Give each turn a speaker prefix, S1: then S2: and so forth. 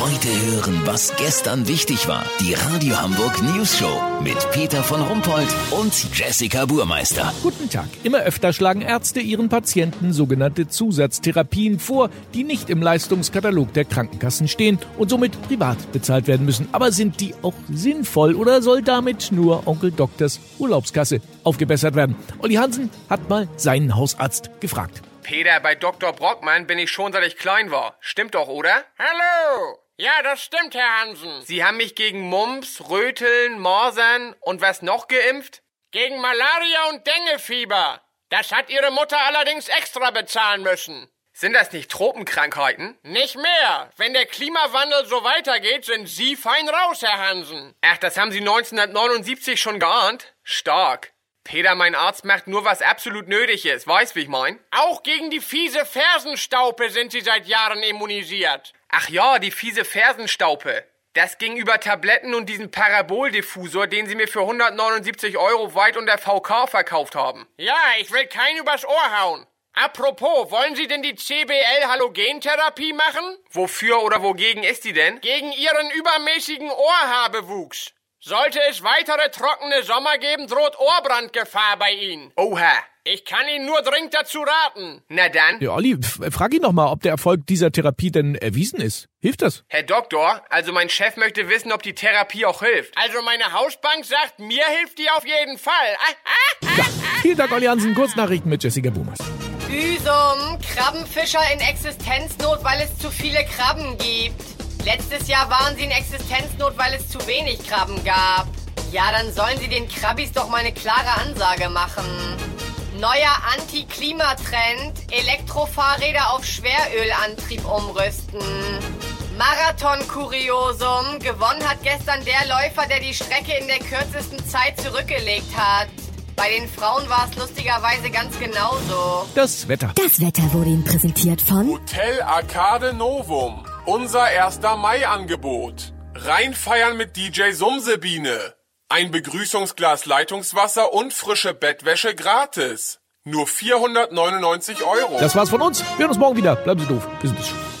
S1: Heute hören, was gestern wichtig war. Die Radio Hamburg News Show mit Peter von Rumpold und Jessica Burmeister.
S2: Guten Tag. Immer öfter schlagen Ärzte ihren Patienten sogenannte Zusatztherapien vor, die nicht im Leistungskatalog der Krankenkassen stehen und somit privat bezahlt werden müssen. Aber sind die auch sinnvoll oder soll damit nur Onkel Doktors Urlaubskasse aufgebessert werden? Olli Hansen hat mal seinen Hausarzt gefragt.
S3: Peter, bei Dr. Brockmann bin ich schon seit ich klein war. Stimmt doch, oder?
S4: Hallo! Ja, das stimmt, Herr Hansen.
S3: Sie haben mich gegen Mumps, Röteln, Masern und was noch geimpft?
S4: Gegen Malaria und Dengefieber. Das hat Ihre Mutter allerdings extra bezahlen müssen.
S3: Sind das nicht Tropenkrankheiten?
S4: Nicht mehr. Wenn der Klimawandel so weitergeht, sind Sie fein raus, Herr Hansen.
S3: Ach, das haben Sie 1979 schon geahnt? Stark. Peter, mein Arzt macht nur, was absolut nötig ist. Weißt, wie ich mein?
S4: Auch gegen die fiese Fersenstaupe sind Sie seit Jahren immunisiert.
S3: Ach ja, die fiese Fersenstaupe. Das ging über Tabletten und diesen Paraboldiffusor, den sie mir für 179 Euro weit unter VK verkauft haben.
S4: Ja, ich will keinen übers Ohr hauen. Apropos, wollen Sie denn die CBL-Halogentherapie machen?
S3: Wofür oder wogegen ist die denn?
S4: Gegen Ihren übermäßigen Ohrhaarbewuchs. Sollte es weitere trockene Sommer geben, droht Ohrbrandgefahr bei Ihnen.
S3: Oha.
S4: Ich kann Ihnen nur dringend dazu raten.
S3: Na dann.
S2: Ja, Olli, f- frag ihn doch mal, ob der Erfolg dieser Therapie denn erwiesen ist. Hilft das?
S3: Herr Doktor, also mein Chef möchte wissen, ob die Therapie auch hilft.
S4: Also meine Hausbank sagt, mir hilft die auf jeden Fall. Ah, ah, ah.
S2: Ja. Vielen Dank, Olli Hansen. Kurznachrichten mit Jessica Boomers.
S5: Büsum, Krabbenfischer in Existenznot, weil es zu viele Krabben gibt. Letztes Jahr waren sie in Existenznot, weil es zu wenig Krabben gab. Ja, dann sollen sie den Krabbis doch mal eine klare Ansage machen. Neuer Anti-Klimatrend, Elektrofahrräder auf Schwerölantrieb umrüsten. Marathon-Kuriosum, gewonnen hat gestern der Läufer, der die Strecke in der kürzesten Zeit zurückgelegt hat. Bei den Frauen war es lustigerweise ganz genauso.
S2: Das Wetter.
S6: Das Wetter wurde Ihnen präsentiert von
S7: Hotel Arcade Novum. Unser 1. Mai-Angebot. Reinfeiern mit DJ Sumsebiene. Ein Begrüßungsglas Leitungswasser und frische Bettwäsche gratis. Nur 499 Euro.
S2: Das war's von uns. Wir hören uns morgen wieder. Bleiben Sie doof. Wir sind es schon.